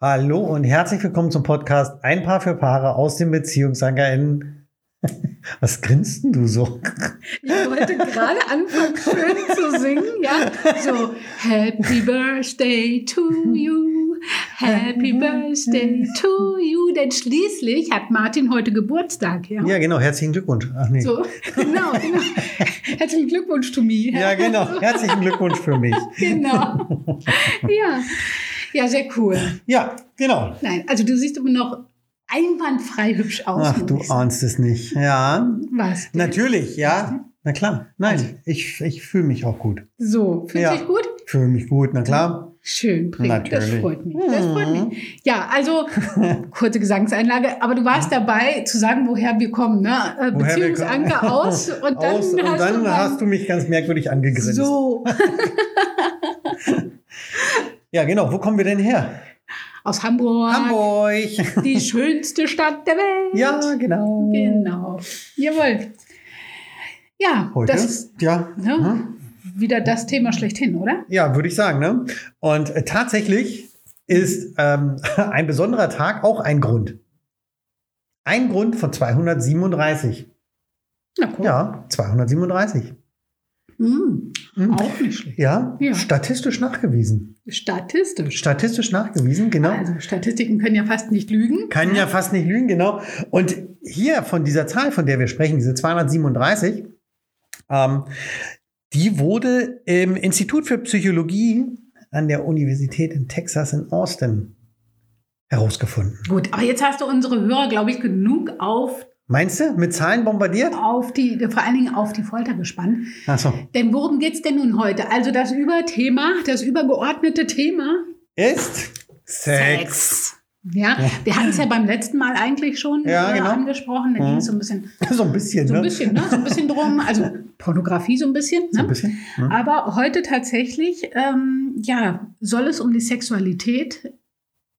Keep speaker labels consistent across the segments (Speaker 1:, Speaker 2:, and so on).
Speaker 1: Hallo und herzlich willkommen zum Podcast Ein Paar für Paare aus dem Beziehungsanker in. Was grinst denn du so?
Speaker 2: Ich wollte gerade anfangen, schön zu singen, ja. So, Happy Birthday to you, Happy Birthday to you. Denn schließlich hat Martin heute Geburtstag, ja.
Speaker 1: Ja, genau. Herzlichen Glückwunsch. Ach nee.
Speaker 2: So, genau, genau. Herzlichen Glückwunsch to me.
Speaker 1: Ja, genau. Herzlichen Glückwunsch für mich.
Speaker 2: Genau. Ja. Ja, sehr cool.
Speaker 1: Ja, genau.
Speaker 2: Nein, also du siehst immer noch einwandfrei hübsch aus.
Speaker 1: Ach,
Speaker 2: muss
Speaker 1: du
Speaker 2: ich sagen.
Speaker 1: ahnst es nicht. Ja,
Speaker 2: Was?
Speaker 1: natürlich, ja. Na klar.
Speaker 2: Also.
Speaker 1: Nein, ich, ich fühle mich auch gut.
Speaker 2: So, fühlt
Speaker 1: Ja.
Speaker 2: sich gut?
Speaker 1: Fühle mich gut, na klar.
Speaker 2: Schön, prima. Das
Speaker 1: Natürlich. Mhm.
Speaker 2: freut mich. Das freut mich. Ja, also kurze Gesangseinlage, aber du warst dabei zu sagen, woher wir kommen, ne? Äh,
Speaker 1: Woher wir kommen.
Speaker 2: Beziehungsanker aus und dann
Speaker 1: Aus,
Speaker 2: hast
Speaker 1: und
Speaker 2: du
Speaker 1: dann
Speaker 2: dann-
Speaker 1: hast du mich ganz merkwürdig angegrinst.
Speaker 2: so
Speaker 1: Ja, genau. Wo kommen wir denn her?
Speaker 2: aus Hamburg,
Speaker 1: Hamburg.
Speaker 2: die schönste Stadt der Welt.
Speaker 1: Ja, genau.
Speaker 2: genau. Jawohl. Ja,
Speaker 1: Heute?
Speaker 2: das ist
Speaker 1: ja.
Speaker 2: ne,
Speaker 1: Hm?
Speaker 2: wieder das Thema schlechthin, oder?
Speaker 1: Ja, würde ich sagen. Ne? Und äh, tatsächlich ist ähm, ein besonderer Tag auch ein Grund. Ein Grund von 237.
Speaker 2: Na guck.
Speaker 1: Ja, 237.
Speaker 2: Hm,
Speaker 1: Mhm.
Speaker 2: auch nicht schlecht.
Speaker 1: Ja,
Speaker 2: Ja.
Speaker 1: statistisch nachgewiesen.
Speaker 2: Statistisch.
Speaker 1: Statistisch nachgewiesen, genau.
Speaker 2: Also Statistiken können ja fast nicht lügen.
Speaker 1: Kann ja fast nicht lügen, genau. Und hier von dieser Zahl, von der wir sprechen, diese 237, ähm, die wurde im Institut für Psychologie an der Universität in Texas in Austin herausgefunden.
Speaker 2: Gut, aber jetzt hast du unsere Hörer, glaube ich, genug auf,
Speaker 1: Meinst du, mit Zahlen bombardiert?
Speaker 2: auf die, vor allen Dingen auf die Folter gespannt.
Speaker 1: Achso.
Speaker 2: Denn worum geht's denn nun heute? Also das Überthema, das übergeordnete Thema
Speaker 1: Ist Sex.
Speaker 2: Ja, wir hatten es ja beim letzten Mal eigentlich schon
Speaker 1: Ja,
Speaker 2: äh,
Speaker 1: genau.
Speaker 2: angesprochen. Da ging es so ein bisschen,
Speaker 1: So ein bisschen,
Speaker 2: so
Speaker 1: ne?
Speaker 2: ein bisschen, ne? so ein bisschen drum, also Pornografie so ein bisschen.
Speaker 1: So ein
Speaker 2: Ne?
Speaker 1: bisschen. Hm?
Speaker 2: Aber heute tatsächlich, ähm, ja, soll es um die Sexualität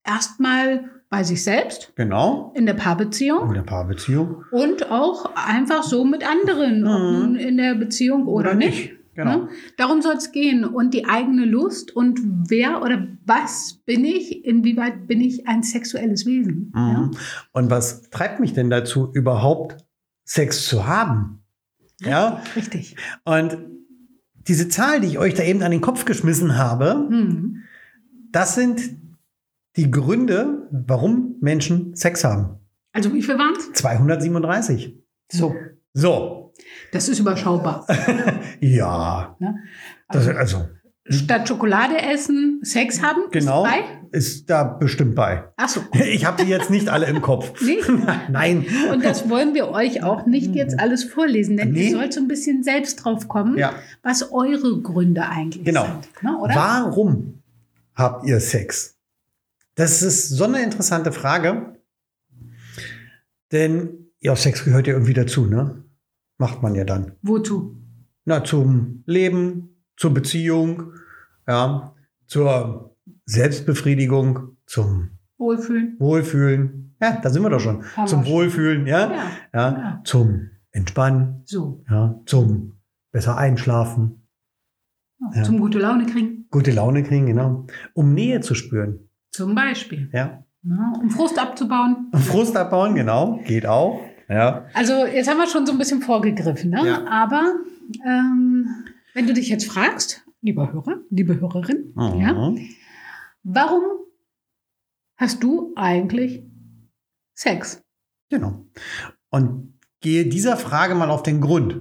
Speaker 2: erstmal bei sich selbst,
Speaker 1: Genau.
Speaker 2: in der Paarbeziehung
Speaker 1: In der Paarbeziehung.
Speaker 2: und auch einfach so mit anderen, ob
Speaker 1: Mhm.
Speaker 2: nun in der Beziehung oder, nicht.
Speaker 1: Genau.
Speaker 2: Ne? Darum soll es gehen und die eigene Lust und wer oder was bin ich, inwieweit bin ich ein sexuelles Wesen.
Speaker 1: Mhm. Und was treibt mich denn dazu, überhaupt Sex zu haben? Ja,
Speaker 2: Ja? Richtig.
Speaker 1: und diese Zahl, die ich euch da eben an den Kopf geschmissen habe,
Speaker 2: Mhm.
Speaker 1: das sind die Gründe, warum Menschen Sex haben.
Speaker 2: Also wie viel waren es?
Speaker 1: 237.
Speaker 2: So.
Speaker 1: So,
Speaker 2: Das ist überschaubar.
Speaker 1: ja,
Speaker 2: Ne?
Speaker 1: das,
Speaker 2: Also,
Speaker 1: also
Speaker 2: statt Schokolade essen, Sex haben,
Speaker 1: genau
Speaker 2: ist bei?
Speaker 1: ist da bestimmt bei.
Speaker 2: Achso.
Speaker 1: Ich habe die jetzt nicht alle im Kopf.
Speaker 2: Nee.
Speaker 1: Nein,
Speaker 2: Und das wollen wir euch auch nicht jetzt alles vorlesen, denn
Speaker 1: Mhm. Nee.
Speaker 2: ihr sollt so ein bisschen selbst drauf kommen,
Speaker 1: ja.
Speaker 2: was eure Gründe eigentlich
Speaker 1: Genau.
Speaker 2: sind. Ne, oder?
Speaker 1: Warum habt ihr Sex? Das ist so eine interessante Frage. Denn ja, Sex gehört ja irgendwie dazu, ne? Macht man ja dann.
Speaker 2: Wozu?
Speaker 1: Na, zum Leben, zur Beziehung, ja, zur Selbstbefriedigung, zum
Speaker 2: Wohlfühlen.
Speaker 1: Wohlfühlen. Ja, da sind wir doch schon.
Speaker 2: Haben
Speaker 1: zum ne?
Speaker 2: wir schon.
Speaker 1: Wohlfühlen, ja?
Speaker 2: Ja,
Speaker 1: ja?
Speaker 2: ja.
Speaker 1: Zum Entspannen,
Speaker 2: So.
Speaker 1: ja, zum besser einschlafen, Ja.
Speaker 2: Zum gute Laune kriegen.
Speaker 1: gute Laune kriegen, genau. Um Nähe zu spüren,
Speaker 2: Zum Beispiel.
Speaker 1: ja. Um
Speaker 2: Ne, um Frust abzubauen.
Speaker 1: Frust abbauen, genau, geht auch. Ja.
Speaker 2: Also jetzt haben wir schon so ein bisschen vorgegriffen, ne?
Speaker 1: Ja.
Speaker 2: aber ähm, wenn du dich jetzt fragst, lieber Hörer, liebe Hörerin, ja,
Speaker 1: Mhm,
Speaker 2: warum hast du eigentlich Sex?
Speaker 1: Genau. Und gehe dieser Frage mal auf den Grund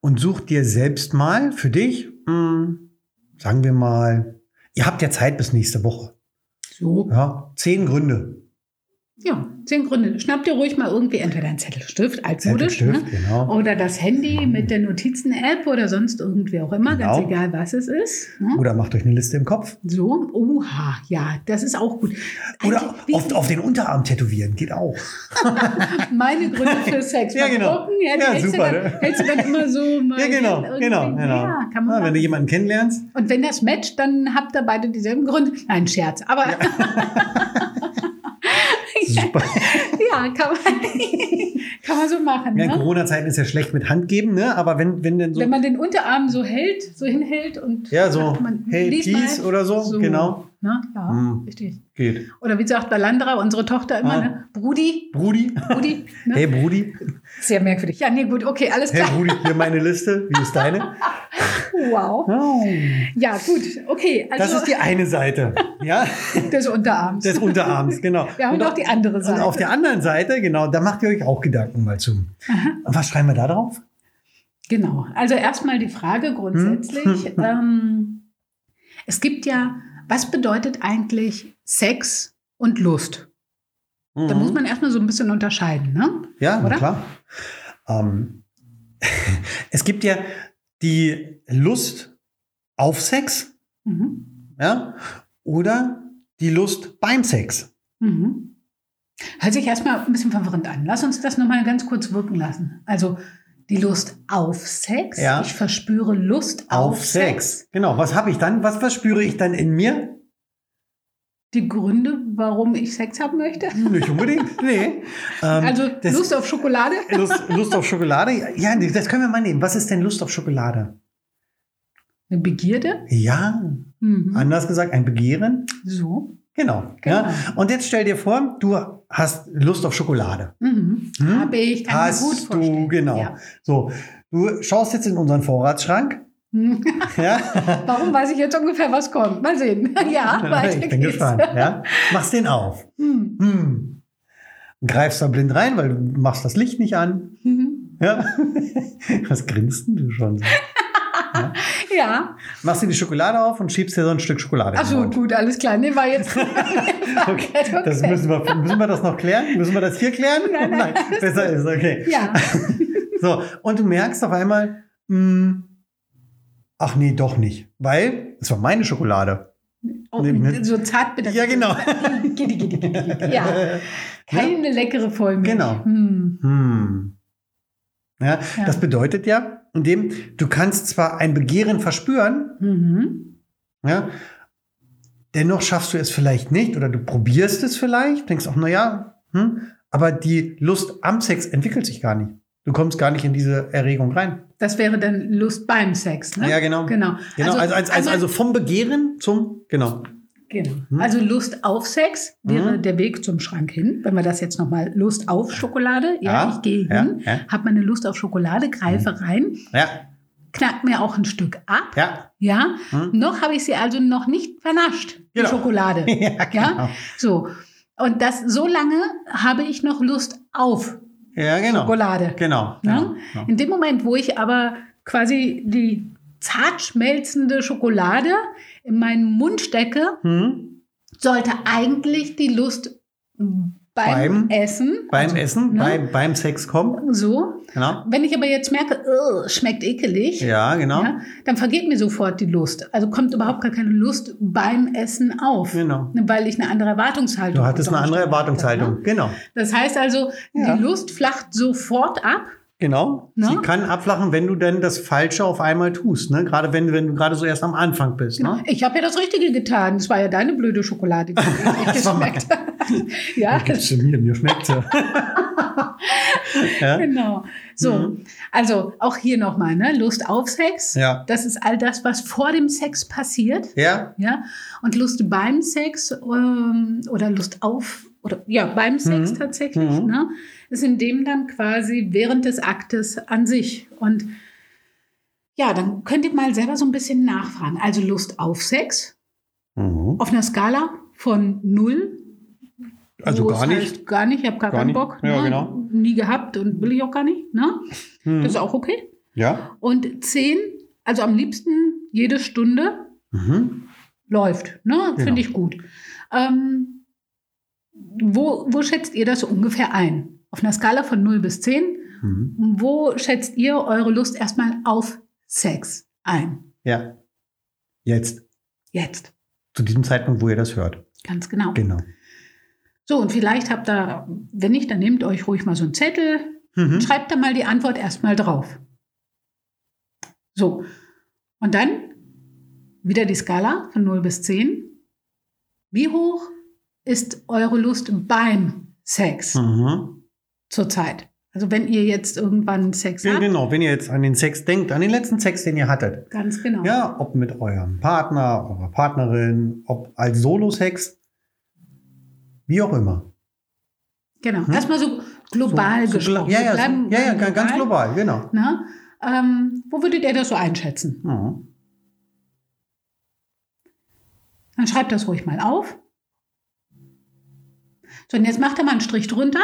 Speaker 1: und such dir selbst mal für dich, mh, sagen wir mal, ihr habt ja Zeit bis nächste Woche.
Speaker 2: So.
Speaker 1: Ja, zehn Gründe.
Speaker 2: Ja, zehn Gründe. Schnapp dir ruhig mal irgendwie entweder einen Zettelstift, altmodisch,
Speaker 1: Zettelstift,
Speaker 2: ne?
Speaker 1: genau.
Speaker 2: oder das Handy mit der Notizen-App oder sonst irgendwie auch immer,
Speaker 1: Genau.
Speaker 2: ganz egal, was es ist. Ne?
Speaker 1: Oder macht euch eine Liste im Kopf.
Speaker 2: So, oha, ja, das ist auch gut.
Speaker 1: Oder
Speaker 2: Eigentlich, wie
Speaker 1: oft auf den Unterarm tätowieren, geht auch.
Speaker 2: meine Gründe für Sex.
Speaker 1: Ja,
Speaker 2: Mal
Speaker 1: genau.
Speaker 2: gucken, ja, die
Speaker 1: Ja,
Speaker 2: hältst,
Speaker 1: super,
Speaker 2: du dann,
Speaker 1: ne?
Speaker 2: hältst du dann immer so mal
Speaker 1: Ja, genau,
Speaker 2: hin, irgendwie.
Speaker 1: genau, genau.
Speaker 2: Ja, kann
Speaker 1: Ja,
Speaker 2: man
Speaker 1: wenn du
Speaker 2: machen.
Speaker 1: jemanden kennenlernst,
Speaker 2: Und wenn das matcht, dann habt ihr beide dieselben Gründe. Nein, Scherz. Aber ja,
Speaker 1: super.
Speaker 2: kann, man, kann man so machen.
Speaker 1: Ja, in
Speaker 2: ne?
Speaker 1: Corona-Zeiten ist ja schlecht mit Hand geben, ne? aber wenn, wenn denn so
Speaker 2: Wenn man den Unterarm so hält, so hinhält und
Speaker 1: Ja, so,
Speaker 2: man
Speaker 1: hey,
Speaker 2: liest mal.
Speaker 1: Peace oder so, genau.
Speaker 2: Ne? Ja,
Speaker 1: Hm.
Speaker 2: richtig.
Speaker 1: Geht.
Speaker 2: Oder wie sagt Balandra, unsere Tochter immer,
Speaker 1: Ah.
Speaker 2: ne? Brudi,
Speaker 1: Brudi?
Speaker 2: Brudi. Ne?
Speaker 1: Hey Brudi,
Speaker 2: Sehr merkwürdig. Ja, nee, gut, okay, alles
Speaker 1: hey
Speaker 2: klar. Oh,
Speaker 1: Brudi, hier meine Liste. Wie ist deine?
Speaker 2: Wow. Ja, gut, okay.
Speaker 1: Das
Speaker 2: Also
Speaker 1: ist die eine Seite, ja,
Speaker 2: des Unterarms.
Speaker 1: des Unterarms, genau.
Speaker 2: Wir haben
Speaker 1: Und
Speaker 2: noch die andere
Speaker 1: Und
Speaker 2: Seite.
Speaker 1: auf der anderen Seite, genau, da macht ihr euch auch Gedanken mal zu. Und was schreiben wir da drauf?
Speaker 2: Genau. Also erstmal die Frage grundsätzlich.
Speaker 1: Hm?
Speaker 2: ähm, es gibt ja, was bedeutet eigentlich Sex und Lust? Da
Speaker 1: Mhm.
Speaker 2: muss man erstmal so ein bisschen unterscheiden, ne?
Speaker 1: ja, na
Speaker 2: oder?
Speaker 1: klar. Ähm, es gibt ja die Lust auf Sex,
Speaker 2: Mhm.
Speaker 1: ja, oder die Lust beim Sex.
Speaker 2: Mhm. Hört sich erstmal ein bisschen verwirrend an. Lass uns das nochmal ganz kurz wirken lassen. Also die Lust auf Sex.
Speaker 1: Ja.
Speaker 2: Ich verspüre Lust auf, Sex.
Speaker 1: Genau. Was habe ich dann? Was verspüre ich dann in mir?
Speaker 2: Die Gründe, warum ich Sex haben möchte.
Speaker 1: Nicht unbedingt. Nee. Ähm,
Speaker 2: Also
Speaker 1: das-
Speaker 2: Lust auf Schokolade.
Speaker 1: Lust, Lust auf Schokolade? Ja, das können wir mal nehmen. Was ist denn Lust auf Schokolade?
Speaker 2: Eine Begierde.
Speaker 1: Ja,
Speaker 2: Mhm.
Speaker 1: anders gesagt, ein Begehren.
Speaker 2: So.
Speaker 1: Genau.
Speaker 2: Genau.
Speaker 1: Ja. Und jetzt stell dir vor, du hast Lust auf Schokolade.
Speaker 2: Mhm.
Speaker 1: Hm?
Speaker 2: Habe ich. Kann
Speaker 1: hast
Speaker 2: ich mir gut vorstellen.
Speaker 1: du, genau.
Speaker 2: Ja.
Speaker 1: So, du schaust jetzt in unseren Vorratsschrank.
Speaker 2: Hm.
Speaker 1: Ja,
Speaker 2: Warum weiß ich jetzt ungefähr, was kommt? Mal sehen. Ja, weiter
Speaker 1: ich bin
Speaker 2: geht's.
Speaker 1: gespannt. Ja. Machst den auf.
Speaker 2: Hm.
Speaker 1: Hm. Greifst da blind rein, weil du machst das Licht nicht an.
Speaker 2: Mhm.
Speaker 1: Ja. Was grinst denn du schon? so?
Speaker 2: Ja,
Speaker 1: Machst dir die Schokolade auf und schiebst dir so ein Stück Schokolade. in den
Speaker 2: also
Speaker 1: Mund.
Speaker 2: gut, alles klar. Nee, war jetzt.
Speaker 1: Okay, das müssen wir, müssen wir das noch klären? Müssen wir das hier klären?
Speaker 2: Nein, nein, alles
Speaker 1: besser ist, okay.
Speaker 2: Ja.
Speaker 1: So, und du merkst auf einmal, hm, ach nee, doch nicht, weil es war meine Schokolade.
Speaker 2: Oh,
Speaker 1: Nee, ne?
Speaker 2: So zart bitte.
Speaker 1: Ja, genau.
Speaker 2: Giddy, giddy, giddy, giddy. Ja, keine leckere Vollmilch.
Speaker 1: Genau.
Speaker 2: Hm.
Speaker 1: Hm. Ja,
Speaker 2: Ja.
Speaker 1: das bedeutet ja, indem du kannst zwar ein Begehren verspüren,
Speaker 2: Mhm.
Speaker 1: ja, dennoch schaffst du es vielleicht nicht oder du probierst es vielleicht, denkst auch, naja, hm, aber die Lust am Sex entwickelt sich gar nicht. Du kommst gar nicht in diese Erregung rein.
Speaker 2: Das wäre dann Lust beim Sex, ne?
Speaker 1: Ja, genau.
Speaker 2: Genau.
Speaker 1: Genau, also, also, also,
Speaker 2: einmal-
Speaker 1: vom Begehren zum, genau.
Speaker 2: genau.
Speaker 1: Hm.
Speaker 2: also Lust auf Sex wäre
Speaker 1: Mhm.
Speaker 2: der Weg zum Schrank hin. Wenn wir das jetzt nochmal Lust auf Schokolade, ja,
Speaker 1: Ja,
Speaker 2: ich gehe
Speaker 1: ja, Hm.
Speaker 2: hin,
Speaker 1: ja.
Speaker 2: habe meine Lust auf Schokolade, greife rein,
Speaker 1: Ja,
Speaker 2: knack mir auch ein Stück ab,
Speaker 1: ja.
Speaker 2: ja.
Speaker 1: Hm.
Speaker 2: Noch habe ich sie also noch nicht vernascht,
Speaker 1: Genau.
Speaker 2: die Schokolade.
Speaker 1: Ja,
Speaker 2: Ja?
Speaker 1: genau.
Speaker 2: So. Und das so lange habe ich noch Lust auf
Speaker 1: Ja, genau.
Speaker 2: Schokolade.
Speaker 1: Genau.
Speaker 2: Ne?
Speaker 1: genau.
Speaker 2: In dem Moment, wo ich aber quasi die zart schmelzende Schokolade in meinen Mund stecke,
Speaker 1: Hm?
Speaker 2: sollte eigentlich die Lust beim,
Speaker 1: Beim-
Speaker 2: Essen,
Speaker 1: Beim Essen,
Speaker 2: ne?
Speaker 1: beim, beim Sex kommen.
Speaker 2: so.
Speaker 1: Genau.
Speaker 2: Wenn ich aber jetzt merke, "Ugh, schmeckt ekelig,
Speaker 1: Ja, genau.
Speaker 2: ja, dann vergeht mir sofort die Lust. Also kommt überhaupt gar keine Lust beim Essen auf.
Speaker 1: Genau.
Speaker 2: Ne, Weil ich eine andere Erwartungshaltung
Speaker 1: Du hattest eine andere
Speaker 2: unter Umständen hatte,
Speaker 1: Erwartungshaltung.
Speaker 2: ne?
Speaker 1: Genau.
Speaker 2: Das heißt also,
Speaker 1: Ja.
Speaker 2: die Lust flacht sofort ab.
Speaker 1: Genau.
Speaker 2: Ne?
Speaker 1: Sie kann abflachen, wenn du denn das Falsche auf einmal tust. Ne? Gerade wenn, wenn du gerade so erst am Anfang bist. Ne?
Speaker 2: Ich habe ja das Richtige getan. Das war ja deine blöde Schokolade, die mir nicht
Speaker 1: Das war
Speaker 2: geschmeckt hat. ja,
Speaker 1: Gibt's zu mir, mir schmeckt sie. ja?
Speaker 2: genau. So,
Speaker 1: Mhm.
Speaker 2: also auch hier nochmal, ne? Lust auf Sex.
Speaker 1: Ja.
Speaker 2: Das ist all das, was vor dem Sex passiert.
Speaker 1: Ja.
Speaker 2: Ja, und Lust beim Sex ähm, oder Lust auf oder ja, beim Sex
Speaker 1: Mhm.
Speaker 2: tatsächlich,
Speaker 1: Mhm.
Speaker 2: ne, ist in dem dann quasi während des Aktes an sich. Und ja, dann könnt ihr mal selber so ein bisschen nachfragen. Also Lust auf Sex
Speaker 1: Mhm.
Speaker 2: auf einer Skala von null
Speaker 1: Also
Speaker 2: wo
Speaker 1: gar
Speaker 2: es
Speaker 1: nicht.
Speaker 2: heißt, gar nicht, ich habe gar,
Speaker 1: Gar
Speaker 2: keinen
Speaker 1: nicht.
Speaker 2: Bock.
Speaker 1: Ja,
Speaker 2: ne?
Speaker 1: genau.
Speaker 2: Nie gehabt und will ich auch gar nicht. Ne? Das ist
Speaker 1: Mhm.
Speaker 2: auch okay.
Speaker 1: Ja.
Speaker 2: Und zehn also am liebsten jede Stunde
Speaker 1: Mhm.
Speaker 2: läuft. Ne?
Speaker 1: Genau.
Speaker 2: Finde ich gut. Ähm, wo, wo schätzt ihr das so ungefähr ein? Auf einer Skala von 0 bis 10,
Speaker 1: Mhm.
Speaker 2: wo schätzt ihr eure Lust erstmal auf Sex ein?
Speaker 1: Ja. Jetzt.
Speaker 2: Jetzt,
Speaker 1: Zu diesem Zeitpunkt, wo ihr das hört.
Speaker 2: ganz genau.
Speaker 1: Genau.
Speaker 2: So, und vielleicht habt ihr, wenn nicht, dann nehmt euch ruhig mal so einen Zettel,
Speaker 1: Mhm.
Speaker 2: schreibt da mal die Antwort erstmal drauf. So, und dann wieder die Skala von 0 bis 10. Wie hoch ist eure Lust beim Sex?
Speaker 1: Mhm.
Speaker 2: zurzeit. Also wenn ihr jetzt irgendwann Sex
Speaker 1: Ja,
Speaker 2: habt,
Speaker 1: genau, wenn ihr jetzt an den Sex denkt, an den letzten Sex, den ihr hattet.
Speaker 2: ganz genau.
Speaker 1: Ja, ob mit eurem Partner, eurer Partnerin, ob als Solo-Sex, wie auch immer.
Speaker 2: Genau. Erstmal so global
Speaker 1: Hm. So- so gla-
Speaker 2: gesprochen.
Speaker 1: Ja,
Speaker 2: Wir
Speaker 1: ja,
Speaker 2: bleiben
Speaker 1: so, ja, ja, ganz global, genau.
Speaker 2: Ne? Ähm, wo würdet ihr das so einschätzen?
Speaker 1: Mhm.
Speaker 2: Dann schreibt das ruhig mal auf. So, und jetzt macht er mal einen Strich drunter.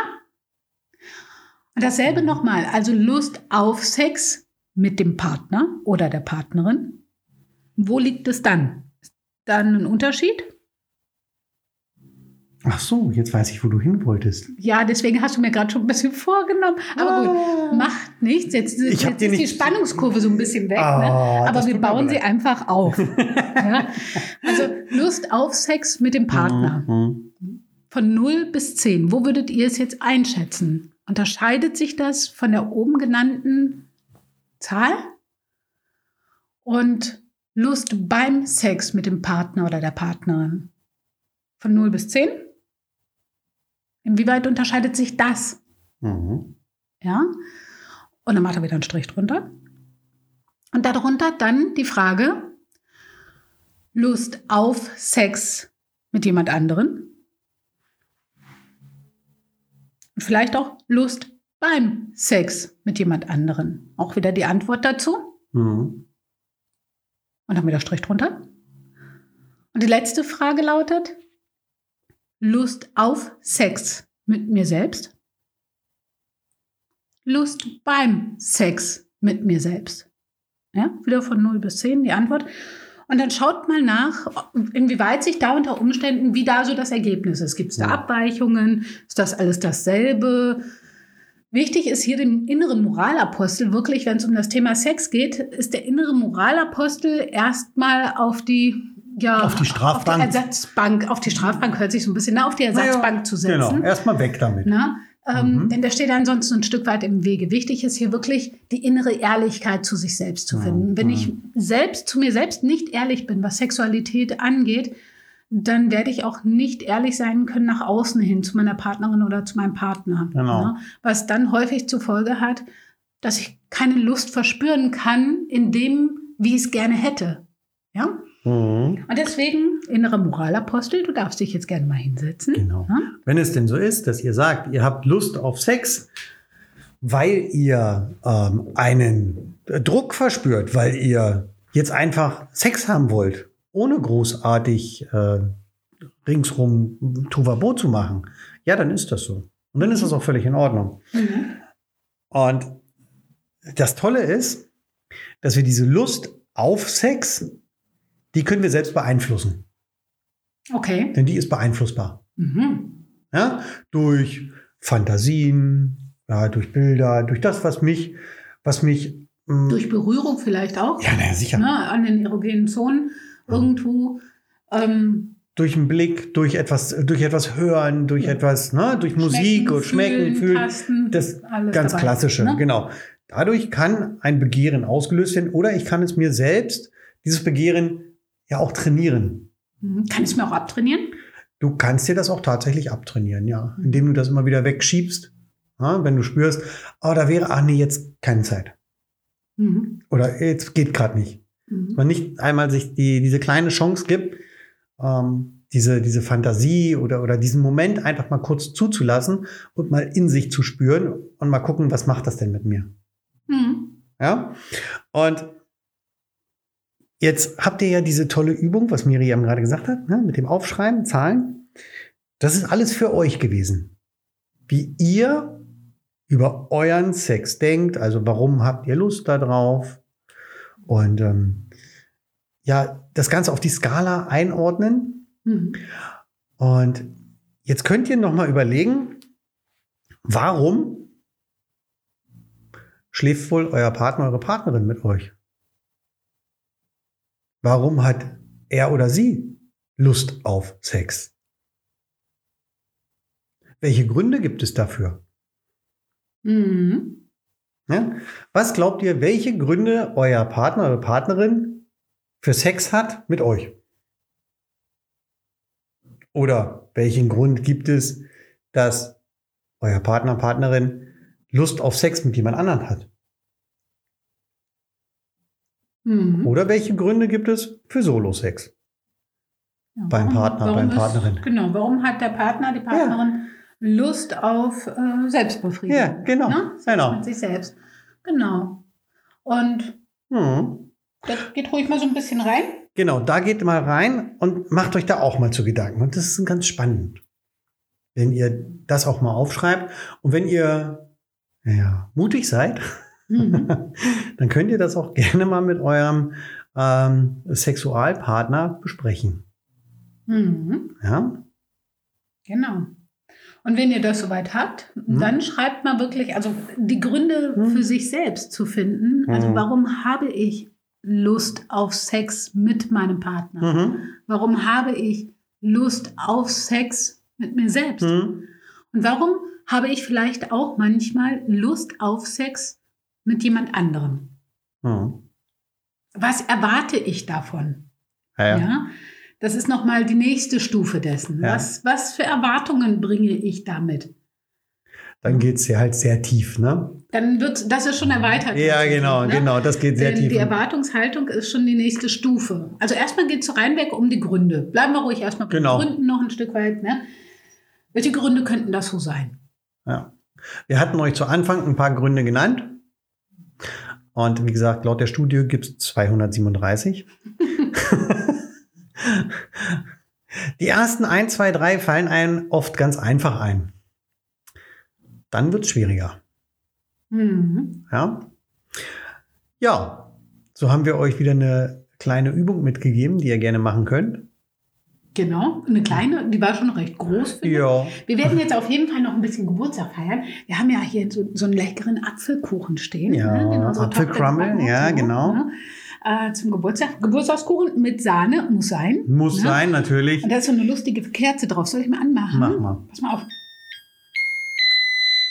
Speaker 2: Und dasselbe nochmal. Also Lust auf Sex mit dem Partner oder der Partnerin. Wo liegt es dann? Ist dann ein Unterschied?
Speaker 1: Ach so, jetzt weiß ich, wo du hin wolltest.
Speaker 2: Ja, deswegen hast du mir gerade schon ein bisschen vorgenommen. Aber
Speaker 1: Ah.
Speaker 2: gut, macht nichts. Jetzt,
Speaker 1: Ich
Speaker 2: jetzt
Speaker 1: hab
Speaker 2: ist
Speaker 1: dir
Speaker 2: die
Speaker 1: nicht-
Speaker 2: Spannungskurve so ein bisschen weg.
Speaker 1: Ah,
Speaker 2: ne? Aber
Speaker 1: das
Speaker 2: wir
Speaker 1: tut mir
Speaker 2: bauen sie
Speaker 1: leid.
Speaker 2: einfach auf. ja? Also Lust auf Sex mit dem Partner.
Speaker 1: Mhm.
Speaker 2: Von 0 bis 10, wo würdet ihr es jetzt einschätzen? Unterscheidet sich das von der oben genannten Zahl? Und Lust beim Sex mit dem Partner oder der Partnerin? Von 0 bis 10? Inwieweit unterscheidet sich das?
Speaker 1: Mhm.
Speaker 2: Ja? Und dann macht er wieder einen Strich drunter. Und darunter dann die Frage, Lust auf Sex mit jemand anderen? Und vielleicht auch Lust beim Sex mit jemand anderen. Auch wieder die Antwort dazu.
Speaker 1: Mhm.
Speaker 2: Und dann wieder Strich drunter. Und die letzte Frage lautet, Lust auf Sex mit mir selbst? Lust beim Sex mit mir selbst? Ja, wieder von 0 bis 10 die Antwort. Und dann schaut mal nach, inwieweit sich da unter Umständen, wie da so das Ergebnis ist. Gibt es da
Speaker 1: Ja.
Speaker 2: Abweichungen? Ist das alles dasselbe? Wichtig ist hier dem inneren Moralapostel wirklich, wenn es um das Thema Sex geht, ist der innere Moralapostel erstmal auf die, ja,
Speaker 1: Auf die Strafbank.
Speaker 2: Ah, auf die Ersatzbank, auf die Strafbank hört sich so ein bisschen, ne, auf die Ersatzbank zu setzen.
Speaker 1: Genau, erstmal weg damit.
Speaker 2: Ne? Ähm,
Speaker 1: Mhm.
Speaker 2: Denn der steht ansonsten ein Stück weit im Wege. Wichtig ist hier wirklich die innere Ehrlichkeit zu sich selbst zu finden.
Speaker 1: Mhm.
Speaker 2: Wenn ich selbst zu mir selbst nicht ehrlich bin, was Sexualität angeht, dann werde ich auch nicht ehrlich sein können nach außen hin zu meiner Partnerin oder zu meinem Partner.
Speaker 1: Genau.
Speaker 2: Ne? Was dann häufig zur Folge hat, dass ich keine Lust verspüren kann in dem, wie ich es gerne hätte. Ja?
Speaker 1: Mhm.
Speaker 2: Und deswegen, innere Moralapostel, du darfst dich jetzt gerne mal hinsetzen.
Speaker 1: Genau.
Speaker 2: Ne?
Speaker 1: Wenn es denn so ist, dass ihr sagt, ihr habt Lust auf Sex, weil ihr ähm, einen äh, Druck verspürt, weil ihr jetzt einfach Sex haben wollt, ohne großartig äh, ringsrum Tuvabo zu machen, ja, dann ist das so. Und dann ist das auch völlig in Ordnung. Und das Tolle ist, dass wir diese Lust auf Sex, die können wir selbst beeinflussen.
Speaker 2: Okay.
Speaker 1: Denn die ist beeinflussbar.
Speaker 2: Mhm.
Speaker 1: Ja? Durch Fantasien, ja, durch Bilder, durch das, was mich, was mich. mh,
Speaker 2: Durch Berührung vielleicht auch,
Speaker 1: ja, Mhm. naja, sicher.
Speaker 2: ne, an den erogenen Zonen irgendwo. Ähm,
Speaker 1: Durch einen Blick, durch etwas, durch etwas hören, durch etwas, ne, durch Musik
Speaker 2: schmecken,
Speaker 1: und Schmecken, Fühlen.
Speaker 2: Tasten,
Speaker 1: das
Speaker 2: alles
Speaker 1: Ganz
Speaker 2: dabei,
Speaker 1: klassische,
Speaker 2: ne?
Speaker 1: genau. Dadurch kann ein Begehren ausgelöst werden oder ich kann es mir selbst, dieses Begehren, ja auch trainieren.
Speaker 2: Mhm. Kann ich es mir auch abtrainieren?
Speaker 1: Du kannst dir das auch tatsächlich abtrainieren, ja,
Speaker 2: Mhm.
Speaker 1: indem du das immer wieder wegschiebst. Ja, wenn du spürst, oh, da wäre, ach nee, jetzt keine Zeit.
Speaker 2: Mhm.
Speaker 1: Oder jetzt geht gerade nicht.
Speaker 2: Mhm.
Speaker 1: man nicht einmal sich die, diese kleine Chance gibt, ähm, diese, diese Fantasie oder, oder diesen Moment einfach mal kurz zuzulassen und mal in sich zu spüren und mal gucken, was macht das denn mit mir?
Speaker 2: Mhm.
Speaker 1: Ja? Und jetzt habt ihr ja diese tolle Übung, was Miriam gerade gesagt hat, ne? mit dem Aufschreiben, Zahlen. Das ist alles für euch gewesen. Wie ihr über euren Sex denkt, also warum habt ihr Lust darauf? Und ähm, ja, das Ganze auf die Skala einordnen.
Speaker 2: Mhm.
Speaker 1: Und jetzt könnt ihr noch mal überlegen, warum schläft wohl euer Partner, eure Partnerin mit euch? Warum hat er oder sie Lust auf Sex? Welche Gründe gibt es dafür?
Speaker 2: Mhm.
Speaker 1: Ja? Ne? Was glaubt ihr, welche Gründe euer Partner, eure Partnerin für Sex hat mit euch? Oder welchen Grund gibt es, dass euer Partner, Partnerin Lust auf Sex mit jemand anderem hat.
Speaker 2: Mhm.
Speaker 1: Oder welche Gründe gibt es für Solo-Sex?
Speaker 2: Ja,
Speaker 1: Beim
Speaker 2: warum-
Speaker 1: Partner,
Speaker 2: warum
Speaker 1: beim
Speaker 2: ist-
Speaker 1: Partnerin.
Speaker 2: Genau, warum hat der Partner, die Partnerin Lust auf äh, Selbstbefriedigung?
Speaker 1: Ja, genau.
Speaker 2: Ne? Sex
Speaker 1: Genau.
Speaker 2: Mit sich selbst. Genau. Und
Speaker 1: Hm.
Speaker 2: das geht ruhig mal so ein bisschen rein.
Speaker 1: Genau, da geht mal rein und macht euch da auch mal zu Gedanken. Und das ist ganz spannend, wenn ihr das auch mal aufschreibt. Und wenn ihr ja, mutig seid,
Speaker 2: Mhm.
Speaker 1: dann könnt ihr das auch gerne mal mit eurem ähm, Sexualpartner besprechen.
Speaker 2: Mhm.
Speaker 1: Ja?
Speaker 2: Genau. Und wenn ihr das soweit habt,
Speaker 1: Hm?
Speaker 2: dann schreibt mal wirklich, also die Gründe
Speaker 1: Mhm.
Speaker 2: für sich selbst zu finden. Also
Speaker 1: Mhm.
Speaker 2: warum habe ich Lust auf Sex mit meinem Partner?
Speaker 1: Mhm.
Speaker 2: Warum habe ich Lust auf Sex mit mir selbst?
Speaker 1: Mhm.
Speaker 2: Und warum habe ich vielleicht auch manchmal Lust auf Sex mit jemand anderem?
Speaker 1: Mhm.
Speaker 2: Was erwarte ich davon?
Speaker 1: Ja, ja.
Speaker 2: Ja. Das ist nochmal die nächste Stufe dessen.
Speaker 1: Ja.
Speaker 2: Was, was für Erwartungen bringe ich damit?
Speaker 1: Dann geht es ja halt sehr tief, ne?
Speaker 2: Dann wird, das ist schon erweitert.
Speaker 1: Ja, genau,
Speaker 2: Ne?
Speaker 1: genau, das geht sehr
Speaker 2: Denn
Speaker 1: tief.
Speaker 2: die Erwartungshaltung ist schon die nächste Stufe. Also erstmal geht es so reinweg um die Gründe. Bleiben wir ruhig erstmal bei
Speaker 1: Genau.
Speaker 2: den Gründen noch ein Stück weit. Ne? Welche Gründe könnten das so sein?
Speaker 1: Ja. Wir hatten euch zu Anfang ein paar Gründe genannt. Und wie gesagt, laut der Studie gibt es 237. Die ersten 1, 2, 3 fallen einem oft ganz einfach ein. Dann wird es schwieriger.
Speaker 2: Mhm.
Speaker 1: Ja? ja, so haben wir euch wieder eine kleine Übung mitgegeben, die ihr gerne machen könnt.
Speaker 2: Genau, eine kleine, die war schon recht groß. finde ich.
Speaker 1: Ja,
Speaker 2: Wir werden jetzt auf jeden Fall noch ein bisschen Geburtstag feiern. Wir haben ja hier so, so einen leckeren Apfelkuchen stehen. ne? Genau,
Speaker 1: Ja,
Speaker 2: Den unsere Tochter
Speaker 1: Apfelcrumble,
Speaker 2: gebacken hat,
Speaker 1: ja,
Speaker 2: so,
Speaker 1: genau.
Speaker 2: ne? Äh, zum Geburtstag. Geburtstagskuchen mit Sahne muss sein.
Speaker 1: muss
Speaker 2: Ja.
Speaker 1: sein, natürlich.
Speaker 2: Und da ist so eine lustige Kerze drauf. Soll ich mal anmachen?
Speaker 1: Mach mal.
Speaker 2: Pass mal auf.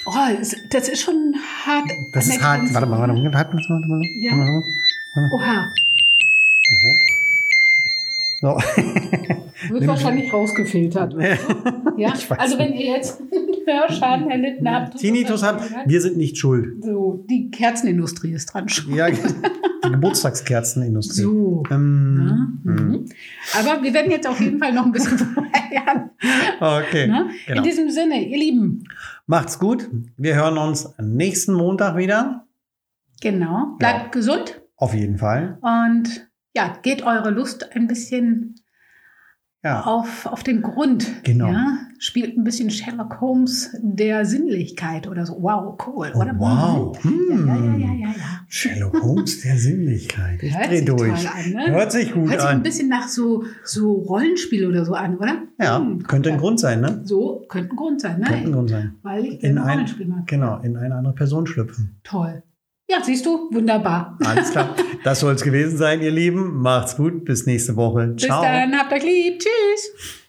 Speaker 2: Oh, das- das ist schon hart.
Speaker 1: Das ist hart. Warte mal, warte mal. Warte mal, warte mal.
Speaker 2: Ja.
Speaker 1: Warte mal.
Speaker 2: Oha,
Speaker 1: So.
Speaker 2: wird
Speaker 1: Nimm-
Speaker 2: wahrscheinlich rausgefiltert. Ja?
Speaker 1: Ich weiß
Speaker 2: Also wenn ihr jetzt einen Hörschaden erlitten habt.
Speaker 1: Tinnitus hat, wir sind nicht schuld.
Speaker 2: So, die Kerzenindustrie ist dran schuld.
Speaker 1: Ja, die Geburtstagskerzenindustrie.
Speaker 2: So.
Speaker 1: Ähm,
Speaker 2: ne? Mhm. Aber wir werden jetzt auf jeden Fall noch ein bisschen feiern.
Speaker 1: okay,
Speaker 2: Ne? In
Speaker 1: genau.
Speaker 2: diesem Sinne, ihr Lieben.
Speaker 1: Macht's gut. Wir hören uns nächsten Montag wieder.
Speaker 2: Genau. Bleibt
Speaker 1: Ja.
Speaker 2: gesund
Speaker 1: Auf jeden Fall.
Speaker 2: und ja, geht eure Lust ein bisschen
Speaker 1: Ja,
Speaker 2: auf, auf den Grund.
Speaker 1: Genau.
Speaker 2: Ja? Spielt ein bisschen Sherlock Holmes der Sinnlichkeit oder so. Wow, cool,
Speaker 1: Oh,
Speaker 2: oder?
Speaker 1: wow.
Speaker 2: Ja,
Speaker 1: Hm.
Speaker 2: ja, ja, ja, ja, ja.
Speaker 1: Sherlock Holmes der Sinnlichkeit. Ich
Speaker 2: Hört
Speaker 1: dreh
Speaker 2: sich
Speaker 1: durch.
Speaker 2: toll an, ne?
Speaker 1: Hört sich gut
Speaker 2: Hört sich ein
Speaker 1: an.
Speaker 2: bisschen nach so, so Rollenspiel oder so an, oder?
Speaker 1: Ja,
Speaker 2: Hm,
Speaker 1: könnte ein
Speaker 2: ja.
Speaker 1: Grund sein, ne?
Speaker 2: So, könnte ein Grund sein,
Speaker 1: Könnte ein
Speaker 2: ne?
Speaker 1: Grund sein.
Speaker 2: Weil ich
Speaker 1: In
Speaker 2: gerne
Speaker 1: ein-
Speaker 2: Rollenspiel mag.
Speaker 1: Genau, in eine andere Person schlüpfen.
Speaker 2: Toll. Ja, siehst du, wunderbar.
Speaker 1: Alles klar. das soll's gewesen sein, ihr Lieben. Macht's gut. Bis nächste Woche.
Speaker 2: Bis
Speaker 1: Ciao.
Speaker 2: dann, habt euch lieb. Tschüss.